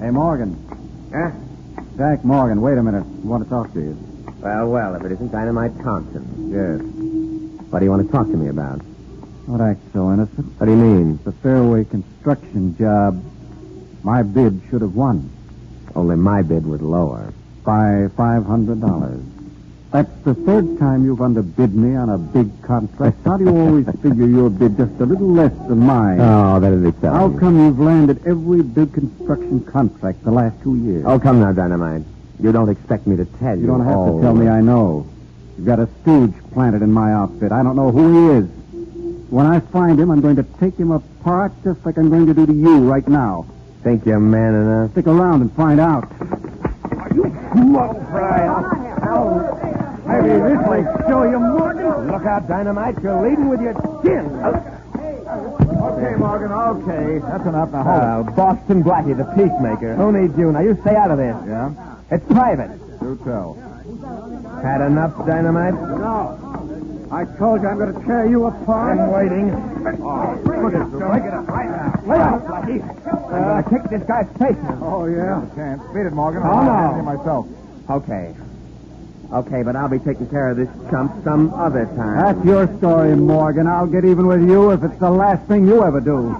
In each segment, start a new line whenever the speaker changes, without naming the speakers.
Hey, Morgan.
Huh?
Jack Morgan, wait a minute. I want to talk to you.
Well, well, if it isn't Dynamite Thompson.
Yes.
What do you want to talk to me about?
Don't act so innocent.
What do you mean?
The fairway construction job, my bid should have won
Only my bid was lower.
by $500. That's the third time you've underbid me on a big contract. How do you always figure your bid just a little less than mine?
Oh, that is exciting.
How come you've landed every big construction contract the last two years?
Oh, come now, Dynamite. You don't expect me to tell you.
You don't have
all.
to tell me I know. You've got a stooge planted in my outfit. I don't know who he is. When I find him, I'm going to take him apart just like I'm going to do to you right now.
Think you're man enough?
Stick around and find out. Are you slow, Brian? Maybe this way show you, Morgan.
Look out, Dynamite. You're leading with your chin.
Okay, Morgan, okay. That's enough.
Oh,
Now,
Boston Blackie, the peacemaker. Who needs you? Now, you stay out of this.
Yeah?
It's private.
Do tell.
Had enough, Dynamite?
No. I told you I'm going to tear you apart. I'm waiting. Look at Break it up right now.
Wait up, Blackie. I'm going to kick this guy's face now.
Oh, yeah? Can't. Beat it, Morgan.
I'll handle you
myself.
Okay. Okay, but I'll be taking care of this chump some other time.
That's your story, Morgan. I'll get even with you if it's the last thing you ever do.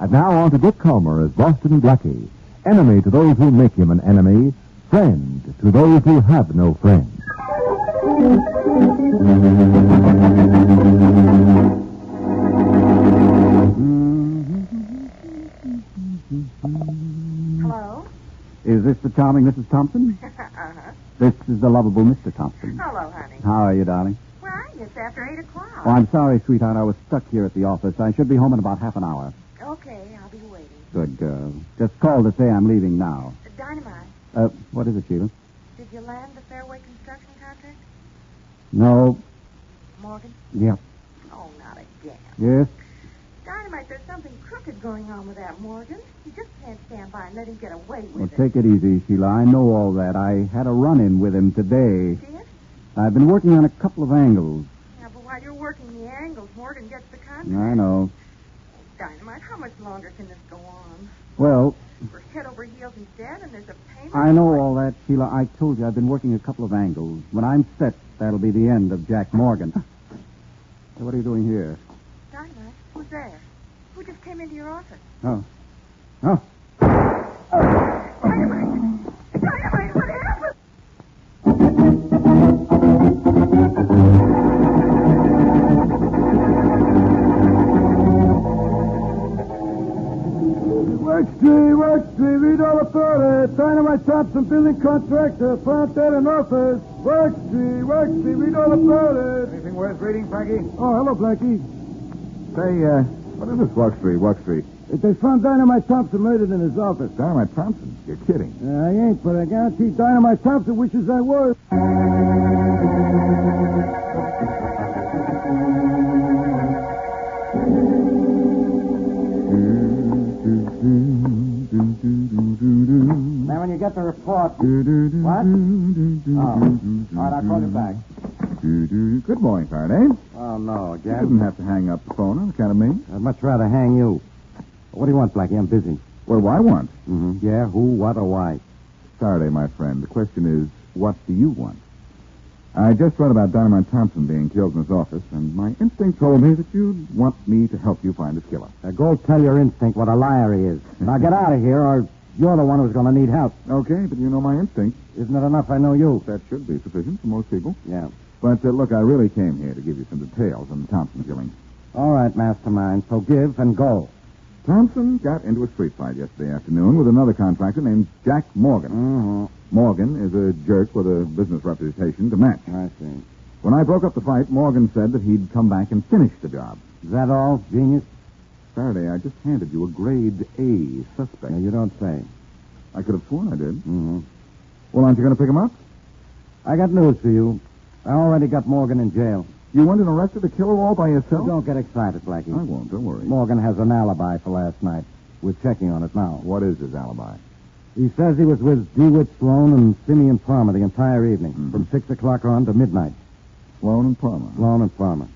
And now on to Dick Calmer as Boston Blackie, enemy to those who make him an enemy, friend to those who have no friend.
Mm-hmm.
Hello?
Is this the charming Mrs. Thompson?
uh-huh.
This is the lovable Mr. Thompson.
Hello, honey.
How are you, darling?
Well, it's after 8 o'clock.
Oh, I'm sorry, sweetheart. I was stuck here at the office. I should be home in about half an hour.
Okay, I'll be waiting.
Good girl. Just call to say I'm leaving now.
Dynamite,
Uh, what is it, Sheila?
did you land the fairway construction contract?
No.
Morgan?
Yep.
Oh, not again.
Yes.
Dynamite, there's something crooked going on with that Morgan. You just can't stand by and let him get away
Well,
with
take it easy, Sheila. I know all that. I had a run-in with him today.
it. See it?
I've been working on a couple of angles.
Yeah, but while you're working the angles, Morgan gets the contract.
I know.
Dynamite, how much longer can this go on?
Well,
We're head over heels in debt, and there's a payment.
I know all that, Sheila. I told you I've been working a couple of angles. When I'm set, that'll be the end of Jack Morgan. Hey, what are you doing here?
Dynamite, who's there? Who just came into your office?
Oh. Oh.
Roxy, read all about it. Dynamite Thompson, building contractor, found dead in office. Roxy, Roxy, read all about it.
Anything worth reading, Frankie?
Oh, hello, Blackie.
Say, uh, what is this Walk Street, Walk Street?
They found Dynamite Thompson murdered in his office.
Dynamite Thompson. You're kidding.
Uh, I ain't, but I guarantee Dynamite Thompson wishes I was.
Now, when you get the report.
What?
Oh. All right, I'll call you back.
Good morning, Faraday.
Oh, no,
You didn't have to hang up the phone on account of me.
I'd much rather hang you. What do you want, Blackie? I'm busy.
What do I want?
Mm-hmm. Yeah, who, what, or why?
Faraday, my friend, the question is, what do you want? I just read about Dynamite Thompson being killed in his office, and my instinct told me that you'd want me to help you find his killer.
Now, go tell your instinct what a liar he is. Now, get out of here, or you're the one who's going to need help.
Okay, but you know my instinct.
Isn't it enough I know you?
That should be sufficient for most people.
Yeah.
But uh, look, I really came here to give you some details on the Thompson killing.
All right, mastermind. So give and go.
Thompson got into a street fight yesterday afternoon with another contractor named Jack Morgan.
Mm-hmm.
Morgan is a jerk with a business reputation to match.
I see.
When I broke up the fight, Morgan said that he'd come back and finish the job.
Is that all, genius?
Faraday, I just handed you a grade A suspect.
No, you don't say.
I could have sworn I did.
Mm-hmm.
Well, aren't you going to pick him up?
I got news for you. I already got Morgan in jail.
You went and arrested the killer all by yourself?
You don't get excited, Blackie.
I won't. Don't worry.
Morgan has an alibi for last night. We're checking on it now.
What is his alibi?
He says he was with DeWitt Sloan and Simeon Palmer the entire evening,
Mhm.
from 6 o'clock on to midnight.
Sloan and Palmer.
Sloan and Palmer.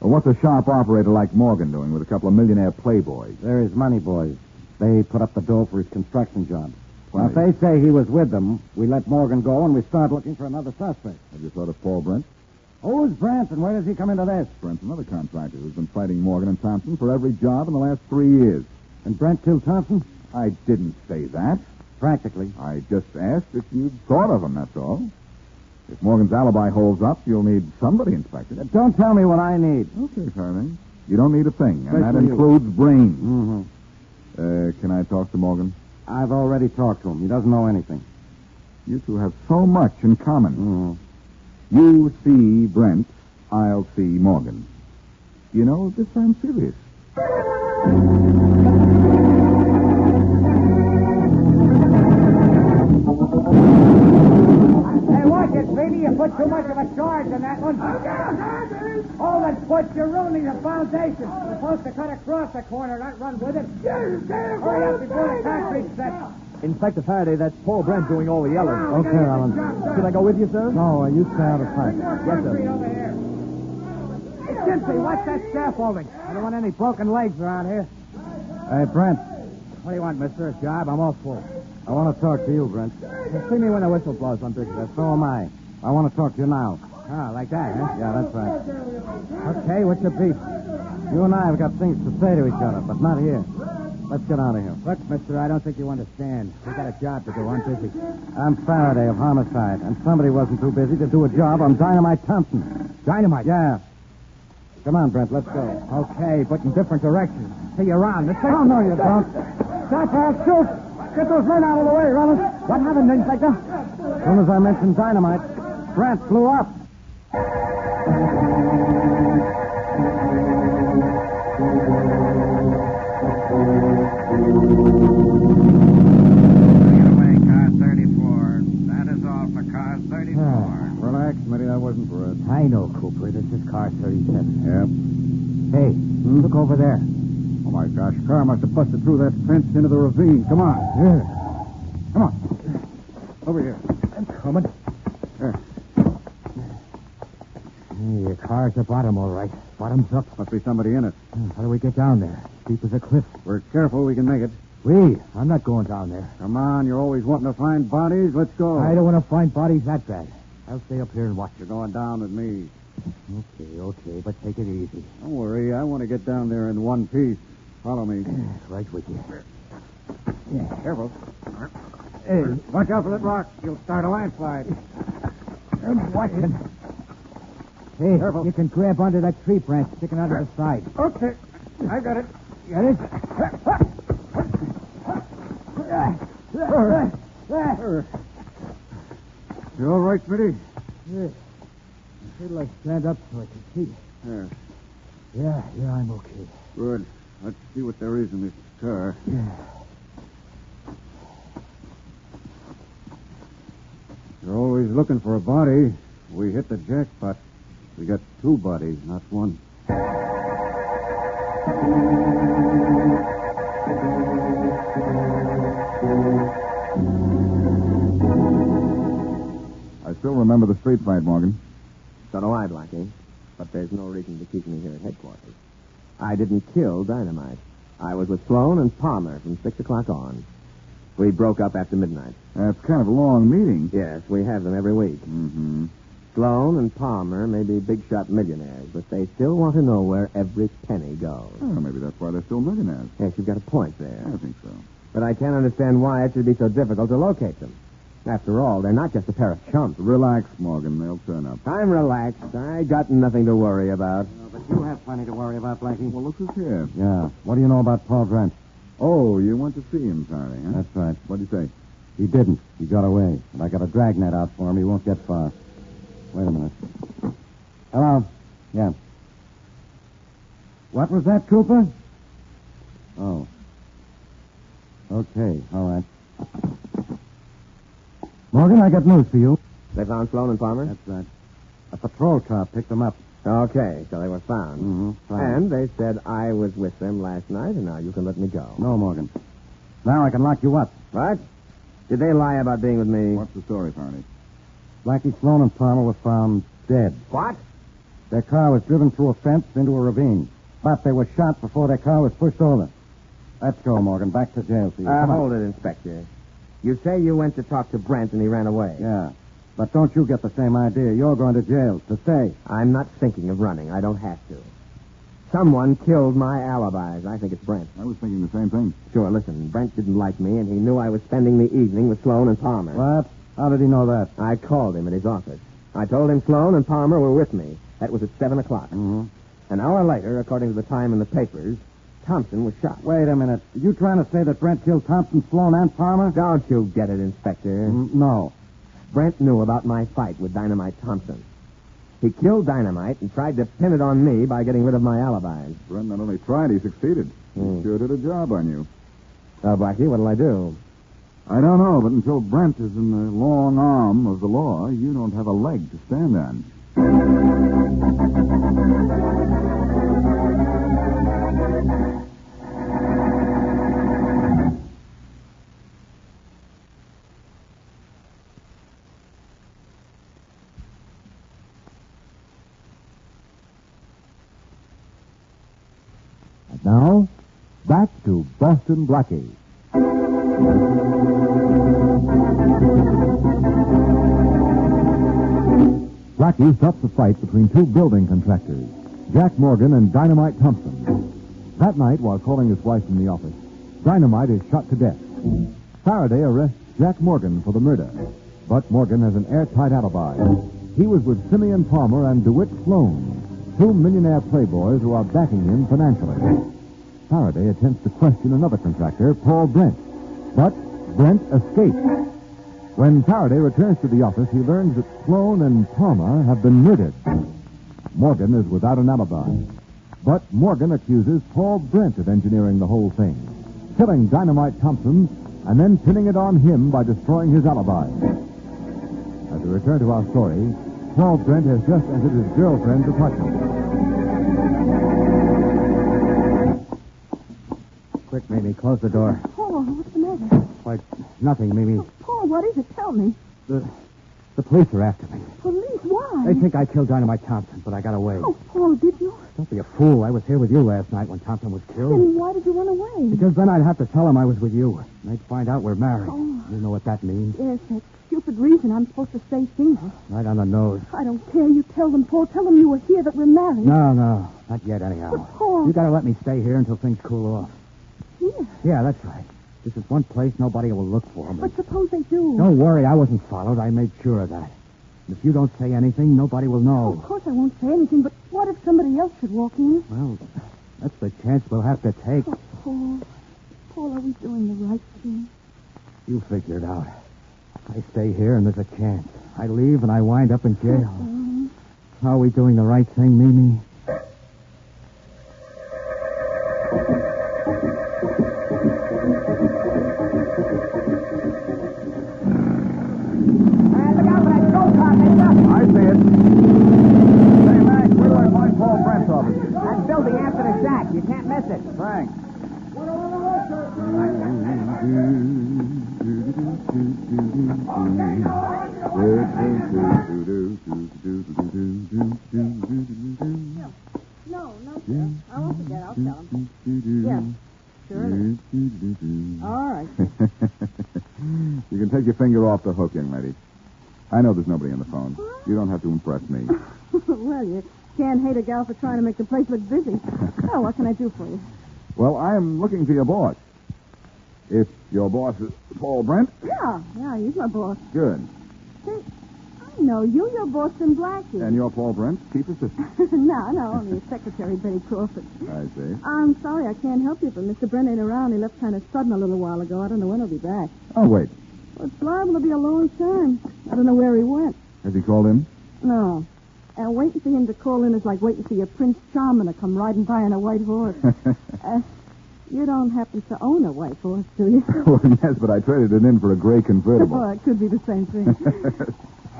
Well, what's a sharp operator like Morgan doing with a couple of millionaire playboys?
They're his money boys. They put up the dough for his construction job. Now, if
Plenty.
they say he was with them, we let Morgan go and we start looking for another suspect.
Have you thought of Paul Brent?
Who's Branson? Where does he come into this?
Brent's another contractor who's been fighting Morgan and Thompson for every job in the last three years.
And Brent killed Thompson?
I didn't say that.
Practically.
I just asked if you'd thought of him, that's all. If Morgan's alibi holds up, you'll need somebody, Inspector. Uh,
Don't tell me what I need.
Okay, Faraday. You don't need a thing, and that
Especially you.
includes brains.
Mm-hmm.
Uh, can I talk to Morgan?
I've already talked to him. He doesn't know anything.
You two have so much in common.
Mm-hmm.
You see Brent, I'll see Morgan. You know, this I'm serious.
Hey, watch it, baby. You put too much of a charge in that one. Hold it, foot. You're ruining the foundation. You're supposed to cut across the corner, not run with it. Hurry up before the concrete sets.
Inspector Faraday, that's Paul Brent doing all the yelling.
Okay, Alan.
Should I go with you, sir? No, you stay out of sight.
Yes, sir. Hey, Simpson, watch that staff holding. I don't want any broken legs around here. Hey, Brent. What do you want, mister? A job? I'm all full. I want to talk to you, Brent. see me when the whistle blows on business. So am I. I want to talk to you now. Ah, like that, huh? Yeah, that's right. Okay, what's your beef? You and I have got things to say to each other, but not here. Let's get out of here. Look, mister, I don't think you understand. We got a job to do. I'm busy. I'm Faraday of homicide, and somebody wasn't too busy to do a job on Dynamite Thompson. Dynamite? Yeah. Come on, Brent, let's go. Okay, but in different directions. See you around. This oh, no, you don't. Stop, I'll shoot. Get those men out of the way, Rollins. What happened, Inspector? As soon as I mentioned dynamite, Brent flew up.
Ah, Relax, Mitty. That wasn't Brent.
I know, Cooper. This is car 37.
Yep.
Hey, look over there.
Oh, my gosh. Car must have busted through that fence into the ravine. Come on. Yeah. Come on. Over here.
I'm coming. Your car's the bottom, all right. Bottom's up.
Must be somebody in it.
How do we get down there? Deep as a cliff.
We're careful. We can make it.
We? I'm not going down there.
Come on. You're always wanting to find bodies. Let's go.
I don't want to find bodies that bad. I'll stay up here and watch
You're
it.
going down with me.
Okay, okay, but take it easy.
Don't worry. I want to get down there in one piece. Follow me.
Right with you.
Careful. Hey, watch out for that rock. You'll start a landslide.
I'm watching. Hey,
Careful.
you can grab onto that tree branch sticking out of the side.
Okay. I got it.
Got it?
You all right, Smitty?
Yeah. I feel like stand up so I can see.
Yeah,
Yeah, yeah, I'm okay.
good. Let's see what there is in this car. You're always looking for a body. We hit the jackpot. We got two bodies, not one. I still remember the street fight, Morgan.
So do I, Blackie. But there's no reason to keep me here at headquarters. I didn't kill Dynamite. I was with Sloan and Palmer from 6 o'clock on. We broke up after midnight.
That's kind of a long meeting.
Yes, we have them every week.
Mm-hmm.
Sloan and Palmer may be big shot millionaires, but they still want to know where every penny goes.
Well, Oh, maybe that's why they're still millionaires.
Yes, you've got a point
I
there.
think so.
But I can't understand why it should be so difficult to locate them. After all, they're not just a pair of chumps.
Relax, Morgan. They'll turn up.
I'm relaxed. I got nothing to worry about.
but you have plenty to worry about, Blackie.
Well, look who's here.
Yeah. What do you know about Paul Brent?
Oh, you want to see him, Charlie, huh?
That's right.
What'd you say?
He didn't. He got away. And I got a dragnet out for him. He won't get far. Wait a minute. Hello. Yeah. What was that, Cooper? Oh. Okay. All right. Morgan, I got news for you. They found Sloan and Palmer? That's right. A patrol car picked them up. Okay, so they were found.
Mhm,
And they said I was with them last night, and now you can let me go.
No, Morgan.
Now I can lock you up. What? Did they lie about being with me?
What's the story, Barney?
Blackie Sloan and Palmer were found dead. What?
Their car was driven through a fence into a ravine, but they were shot before their car was pushed over. Let's go, Morgan. Back to jail for you.
Uh,
Come on.
hold it, Inspector. You say you went to talk to Brent and he ran away.
Yeah. But don't you get the same idea. You're going to jail to stay.
I'm not thinking of running. I don't have to. Someone killed my alibis. I think it's Brent.
I was thinking the same thing.
Sure, listen. Brent didn't like me, and he knew I was spending the evening with Sloan and Palmer.
What? How did he know that?
I called him at his office. I told him Sloan and Palmer were with me. That was at 7 o'clock.
Mm-hmm.
An hour later, according to the time in the papers, Thompson was shot.
Wait a minute. Are you trying to say that Brent killed Thompson, Sloan, and Palmer?
Don't you get it, Inspector?
Mm, No.
Brent knew about my fight with Dynamite Thompson. He killed Dynamite and tried to pin it on me by getting rid of my alibis.
Brent not only tried, he succeeded. He
Hmm.
sure did a job on you.
Now, Blackie, what'll I do?
I don't know, but until Brent is in the long arm of the law, you don't have a leg to stand on.
And now, back to Boston Blackie. Blackie stops a fight between two building contractors, Jack Morgan and Dynamite Thompson. That night, while calling his wife from the office, Dynamite is shot to death. Faraday arrests Jack Morgan for the murder, but Morgan has an airtight alibi. He was with Simeon Palmer and DeWitt Sloan, two millionaire playboys who are backing him financially. Faraday attempts to question another contractor, Paul Brent, but Brent escapes. When Faraday returns to the office, he learns that Sloan and Palmer have been murdered. Morgan is without an alibi. But Morgan accuses Paul Brent of engineering the whole thing, killing Dynamite Thompson and then pinning it on him by destroying his alibi. As we return to our story, Paul Brent has just entered his girlfriend's apartment.
Quick, Mamie, close the door.
Paul, what's the matter?
Like nothing, Mamie.
Paul, what is it? Tell me.
The, the police are after me.
Police, why?
They think I killed Dynamite Thompson, but I got away.
Oh, Paul, did you?
Don't be a fool. I was here with you last night when Thompson was killed.
Then why did you run away?
Because then I'd have to tell them I was with you. And they'd find out we're married.
Oh.
You know what that means.
Yes, that stupid reason I'm supposed to stay single.
Right on the nose.
I don't care. You tell them, Paul. Tell them you were here, that we're married.
No, no. Not yet, anyhow.
But, Paul-
You gotta let me stay here until things cool off.
Here.
Yeah, that's right. This is one place nobody will look for me.
But suppose they do.
Don't worry, I wasn't followed. I made sure of that. And if you don't say anything, nobody will
Of
know.
course I won't say anything, but what if somebody else should walk in?
Well, that's the chance we'll have to take.
Oh, Paul. Paul, are we doing the right thing?
You figure it out. I stay here and there's a chance. I leave and I wind up in jail.
Mm-hmm.
Are we doing the right thing, Mimi?
I see it. Hey, Max, where do I find Paul Brent's office? That building after the shack. You can't miss it. Thanks.
No, no, sir. I won't forget. I'll tell him.
Yes,
Mm-hmm.
Surely. All right.
you can take your finger off the hook, young lady. I know there's nobody on the phone. You don't have to impress me.
well, you can't hate a gal for trying to make the place look busy. Oh, what can I do for you?
Well, I am looking for your boss. If your boss is Paul Brent,
Yeah, yeah, he's my boss.
good.
Say, I know you. You're Boston Blackie.
And you're Paul Brent, keep assistant.
no, no, only his secretary, Betty Crawford.
I see.
I'm sorry I can't help you, but Mr. Brent ain't around. He left kind of sudden a little while ago. I don't know when he'll be back.
Oh, wait.
Well, it's liable to be a long time. I don't know where he went.
Has he called in?
No. And waiting for him to call in is like waiting for your Prince Charming to come riding by on a white horse. uh, you don't happen to own a white horse, do you?
well, yes, but I traded it in for a gray
well,
convertible.
it could be the same thing.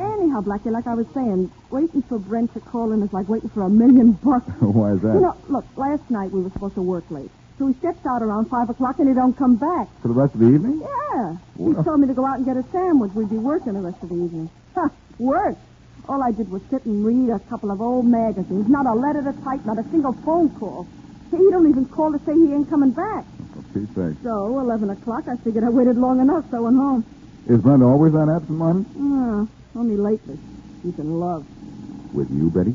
Anyhow, Blackie, like I was saying, waiting for Brent to call in is like waiting for a million bucks.
Why is that?
You know, look, last night we were supposed to work late. So he steps out around 5 o'clock and he don't come back.
For the rest of the evening?
Yeah.
Well-
He told me to go out and get a sandwich. We'd be working the rest of the evening. Ha, work. All I did was sit and read a couple of old magazines. Not a letter to type, not a single phone call. He don't even call to say he ain't coming back.
For Pete's sake.
So, 11 o'clock, I figured I waited long enough, so I went home.
Is Brent always on absent-minded?
Yeah, only lately. He's in love.
With you, Betty?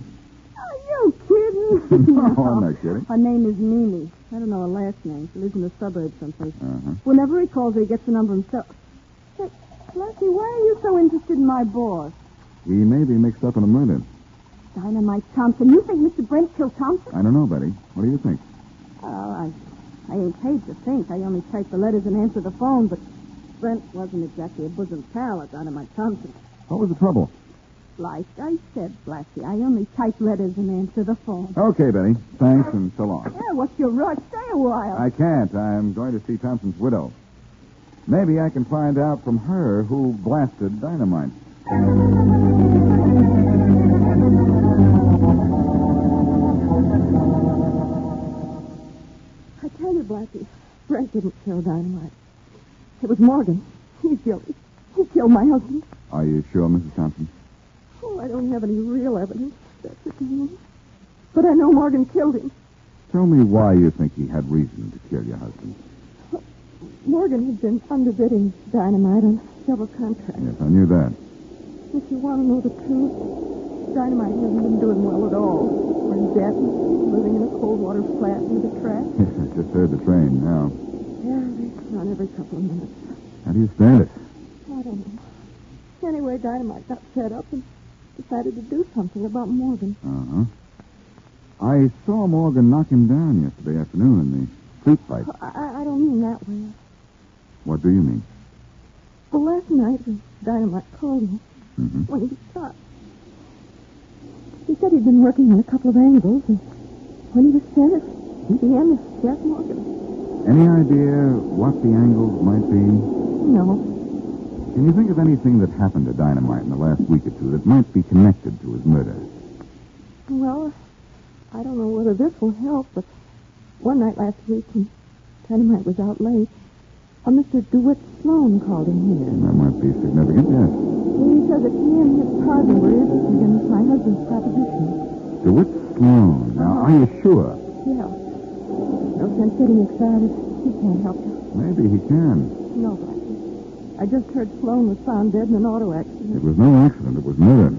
Are you kidding?
No, I'm not kidding.
Her name is Mimi. I don't know her last name. She lives in the suburbs someplace.
Uh-huh.
Whenever he calls her, he gets the number himself. Say, Blackie, why are you so interested in my boss?
He may be mixed up in a murder.
Dynamite Thompson. You think Mr. Brent killed Thompson?
I don't know, Betty. What do you think?
Well, Oh, I, I ain't paid to think. I only type the letters and answer the phone, but Brent wasn't exactly a bosom pal of Dynamite Thompson.
What was the trouble?
Like I said, Blackie, I only type letters and answer the phone.
Okay, Betty. Thanks and so long.
Yeah, what's your rush? Stay a while.
I can't. I'm going to see Thompson's widow. Maybe I can find out from her who blasted dynamite.
I tell you, Blackie, Brent didn't kill Dynamite. It was Morgan. He's guilty. He killed my husband.
Are you sure, Mrs. Thompson?
Oh, I don't have any real evidence. That's the thing. But I know Morgan killed him.
Tell me why you think he had reason to kill your husband.
Morgan had been underbidding Dynamite on several contracts.
Yes, I knew that.
If you want to know the truth, Dynamite hasn't been doing well at all. We're in debt, living in a cold water flat near the track.
Yes, I just heard the train now.
Yeah, on every couple of minutes.
How do you stand it?
I don't know. Anyway, Dynamite got fed up and decided to do something about Morgan.
Uh-huh. I saw Morgan knock him down yesterday afternoon in the street fight.
I- I, I don't mean that way.
What do you mean?
Well, last night when Dynamite called me
Mm-hmm.
when he was shot, he said he'd been working on a couple of angles, and when he was finished, he began to Jack Morgan.
Any idea what the angles might be?
No,
Can you think of anything that happened to Dynamite in the last week or two that might be connected to his murder?
well, I don't know whether this will help, but one night last week when Dynamite was out late, a Mr. DeWitt Sloan called in here.
That might be significant, yes.
He said that he and his partner were interested in my husband's proposition.
DeWitt Sloan. Now, are you sure?
Yeah. No sense getting excited. He can't help you.
Maybe he can.
No, Blackie. I just heard Sloan was found dead in an auto accident.
It was no accident. It was murder.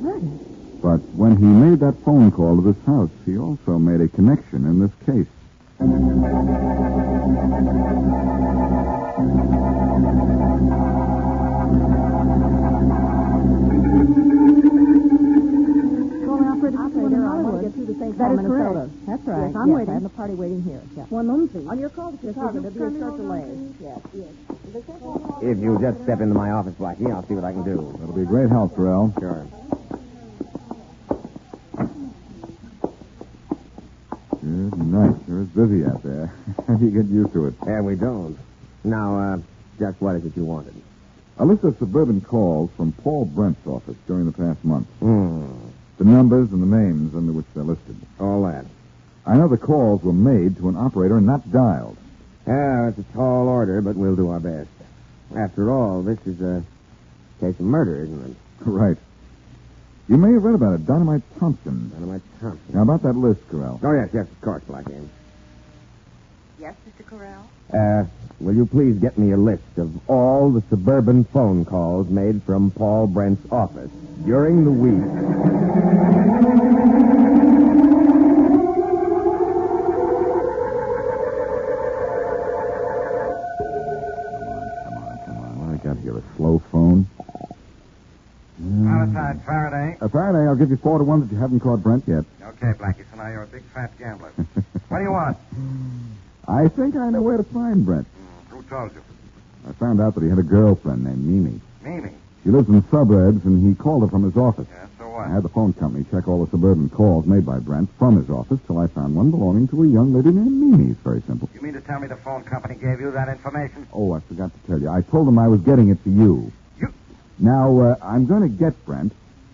Murder?
But when he made that phone call to this house, he also made a connection in this case.
Calling operator, operator I want to get through the St. Paul, Minnesota. That's right. Yes, I'm waiting. I have the party waiting here. One moment, please. On your call to Chicago, there'll be a short delay. Yes, yes.
If you just step into my office, Blackie, I'll see what I can do.
That'll be a great help, Terrell.
Sure.
Good night. Sure is busy out there. you get used to it.
Yeah, we don't. Now, uh, just what is it you wanted?
A list of suburban calls from Paul Brent's office during the past month.
Hmm.
The numbers and the names under which they're listed.
All that.
I know the calls were made to an operator and not dialed.
Yeah, it's a tall order, but we'll do our best. After all, this is a case of murder, isn't it?
Right. You may have read about it. Dynamite Thompson.
Dynamite Thompson.
Now, about that list, Corral.
Oh, yes, yes, of course, Blackie.
Yes, Mr. Corral?
Uh, will you please get me a list of all the suburban phone calls made from Paul Brent's office during the week?
Come on, come on. What I got here? A slow phone?
Homicide, Faraday.
Uh, Faraday, I'll give you four to one that you haven't caught Brent yet.
Okay, Blackie, so now you're a big fat gambler. what do you want?
I think I know where to find Brent.
Who told you?
I found out that he had a girlfriend named Mimi.
Mimi.
She lives in the suburbs, and he called her from his office.
Yeah, so
I
what?
had the phone company check all the suburban calls made by Brent from his office till I found one belonging to a young lady named Mimi. It's very simple.
You mean to tell me the phone company gave you that information?
Oh, I forgot to tell you. I told them I was getting it for you.
You-
Now, uh, I'm going to get Brent,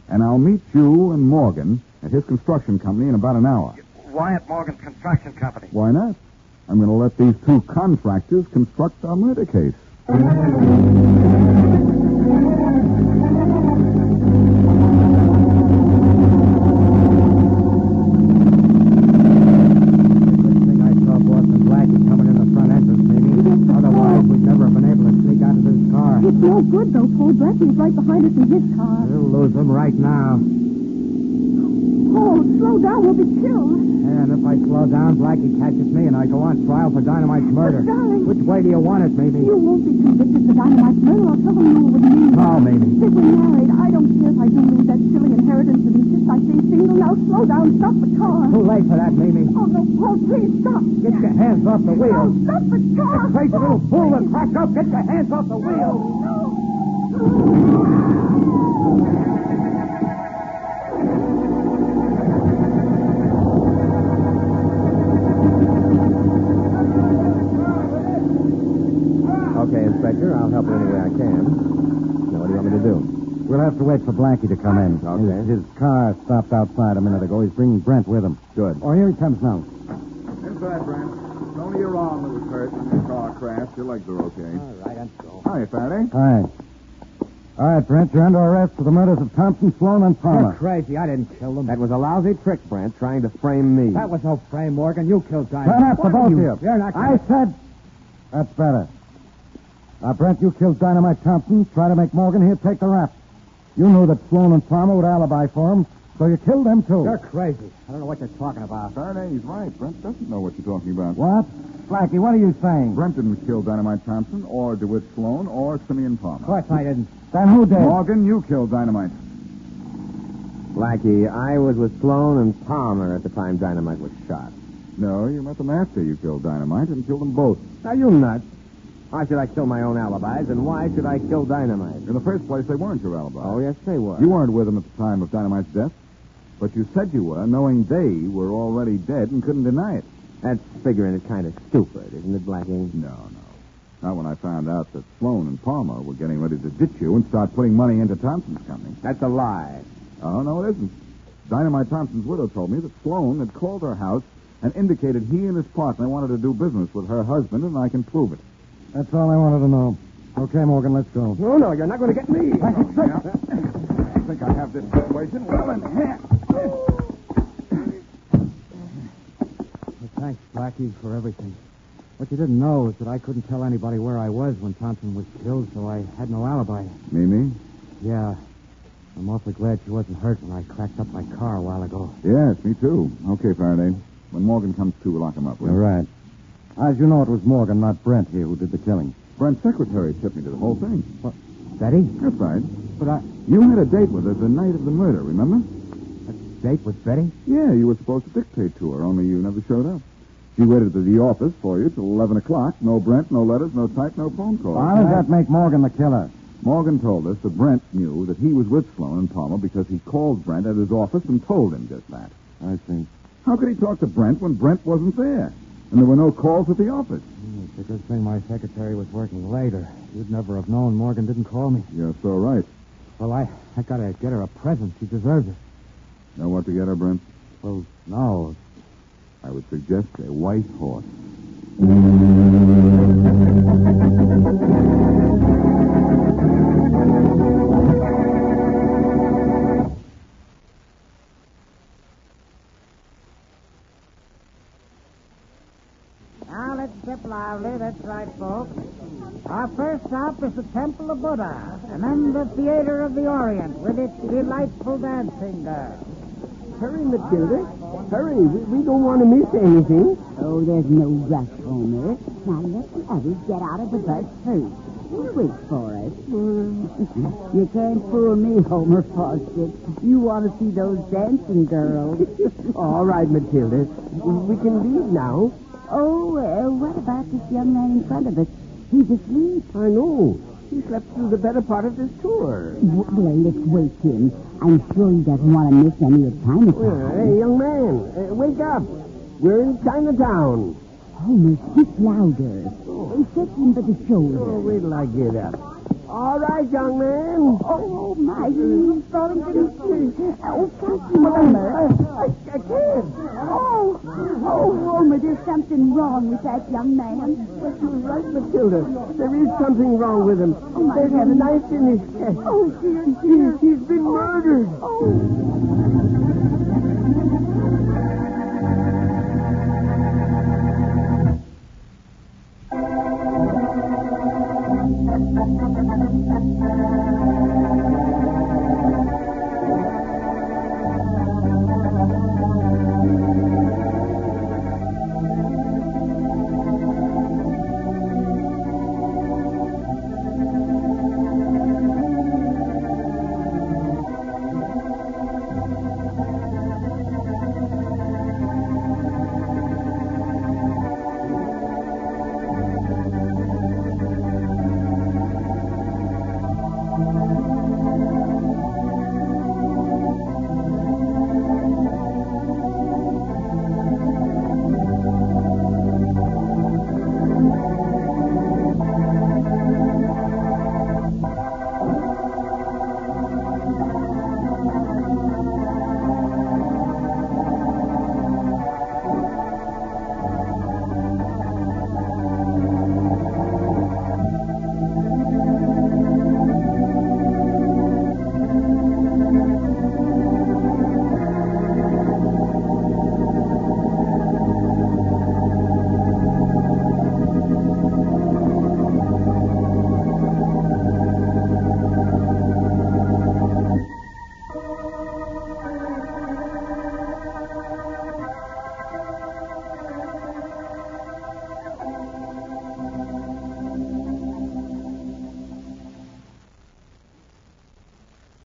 and I'll meet you and Morgan at his construction company in about an hour.
Wyatt Morgan Construction Company.
Why not? I'm going to let these two contractors construct our murder case.
Good thing I saw Boston Blackie coming in the front entrance, Mimi. Otherwise, we'd never have been able to sneak out of this car.
It's no Oh, good, though, Paul. Blackie's right behind us in his car.
We'll lose him right now.
Paul, Oh, slow down. We'll be killed.
And if I slow down, Blackie catches me and I go on trial for dynamite's murder.
But, darling-
Which way do you want it, Mimi?
You won't be convicted for dynamite murder. I'll tell them you were with me.
Oh, Mimi.
If we're married, I don't care if I do leave that silly inheritance and insist I stay single. Now, slow down. Stop the car.
Too late for that, Mimi.
Oh, no, Paul, please stop.
Get your hands off the
Oh,
wheel.
stop the car.
Crazy little fool that cracked up. Get your hands off the wheel. Okay, Inspector, I'll help you any way I can. Now, what do you want me to do?
We'll have to wait for Blackie to come in.
Okay.
His, his car stopped outside a minute ago. He's bringing Brent with him.
Good.
Oh, here he comes now.
Inside, Brent. It's only your arm that was hurt in the car crash. Your legs are okay.
right, I'm so.
Hi, Faraday.
Hi. All right, Brent, you're under arrest for the murders of Thompson, Sloan, and
You're
Palmer.
crazy. I didn't kill them.
That
That was a lousy trick, Brent, trying to frame me.
That
was no frame, Morgan. You killed Diamond.
Shut up, the both of you.
You're not.
I said. That's better. Now, Brent, you killed Dynamite Thompson. Try to make Morgan here take the rap. You knew that Sloan and Palmer would alibi for him, so you killed them, too.
You're crazy. I don't know what you're talking about.
Faraday, he's right. Brent doesn't know what you're talking about.
What? Blackie, what are you saying?
Brent didn't kill Dynamite Thompson or DeWitt Sloan or Simeon Palmer.
Of course I didn't.
Then who did?
Morgan, you killed Dynamite.
Blackie, I was with Sloan and Palmer at the time Dynamite was shot.
No, you met them after you killed Dynamite and killed them both.
Now, you nuts. Why should I kill my own alibis, and why should I kill Dynamite?
In the first place, they weren't your alibi.
Oh, yes, they were.
You weren't with them at the time of Dynamite's death, but you said you were, knowing they were already dead and couldn't deny it.
That's figuring it kind of stupid, isn't it, Blackie?
No, no. Not when I found out that Sloan and Palmer were getting ready to ditch you and start putting money into Thompson's company.
That's a lie.
Oh, no, it isn't. Dynamite Thompson's widow told me that Sloan had called her house and indicated he and his partner wanted to do business with her husband, and I can prove it.
That's all I wanted to know. Okay, Morgan, let's go.
No, no, you're not going to get me.
I think I have this situation well in hand.
Thanks, Blackie, for everything. What you didn't know is that I couldn't tell anybody where I was when Thompson was killed, so I had no alibi.
Mimi?
Yeah. I'm awfully glad she wasn't hurt when I cracked up my car a while ago.
Yes, me too. Okay, Faraday. When Morgan comes to, we'll lock him up. will you?
right. As you know, it was Morgan, not Brent here, who did the killing.
Brent's secretary tipped me to the whole thing.
Betty?
That's right.
But I...
You had a date with her the night of the murder, remember?
Date with Betty?
Yeah, you were supposed to dictate to her, only you never showed up. She waited at the office for you till 11 o'clock. No Brent, no letters, no type, no phone calls.
How does that make Morgan the killer?
Morgan told us that Brent knew that he was with Sloan and Palmer because he called Brent at his office and told him just that.
I see.
How could he talk to Brent when Brent wasn't there? And there were no calls at the office.
Hmm, It's a good thing my secretary was working later. You'd never have known Morgan didn't call me.
You're so right.
Well, I, I gotta get her a present. She deserves it.
Know what to get her, Brent?
Well, no.
I would suggest a white horse.
Now let's dip lively. That's right, folks. Our first stop is the Temple of Buddha, and then the Theater of the Orient with its delightful dancing girls.
Hurry, Matilda. Hurry. We, we don't want to miss anything.
Oh, there's no rush, Homer. Now let the others get out of the bus first. You wait for us.
Mm-hmm.
you can't fool me, Homer Fawcett. You want to see those dancing girls.
All right, Matilda. We can leave now.
Oh, uh, what about this young man in front of us? He's asleep.
I know. He slept through the better part of this tour.
W- Well, let's wake him. I'm sure he doesn't want to miss any of
Uh,
Chinatown.
hey, young man, uh, wake up. We're in Chinatown.
Homer, speak Oh, louder. They set him by the shoulder.
Oh, wait till I get up. All right, young man.
Oh, my. You brought him to the church. Oh, Captain
I,
Homer.
I, I can't.
Oh, oh, Homer, there's something wrong with that young man.
But you're right, Matilda. There is something wrong with him. There's a knife in his chest.
Oh, dear,
He's, he's been murdered.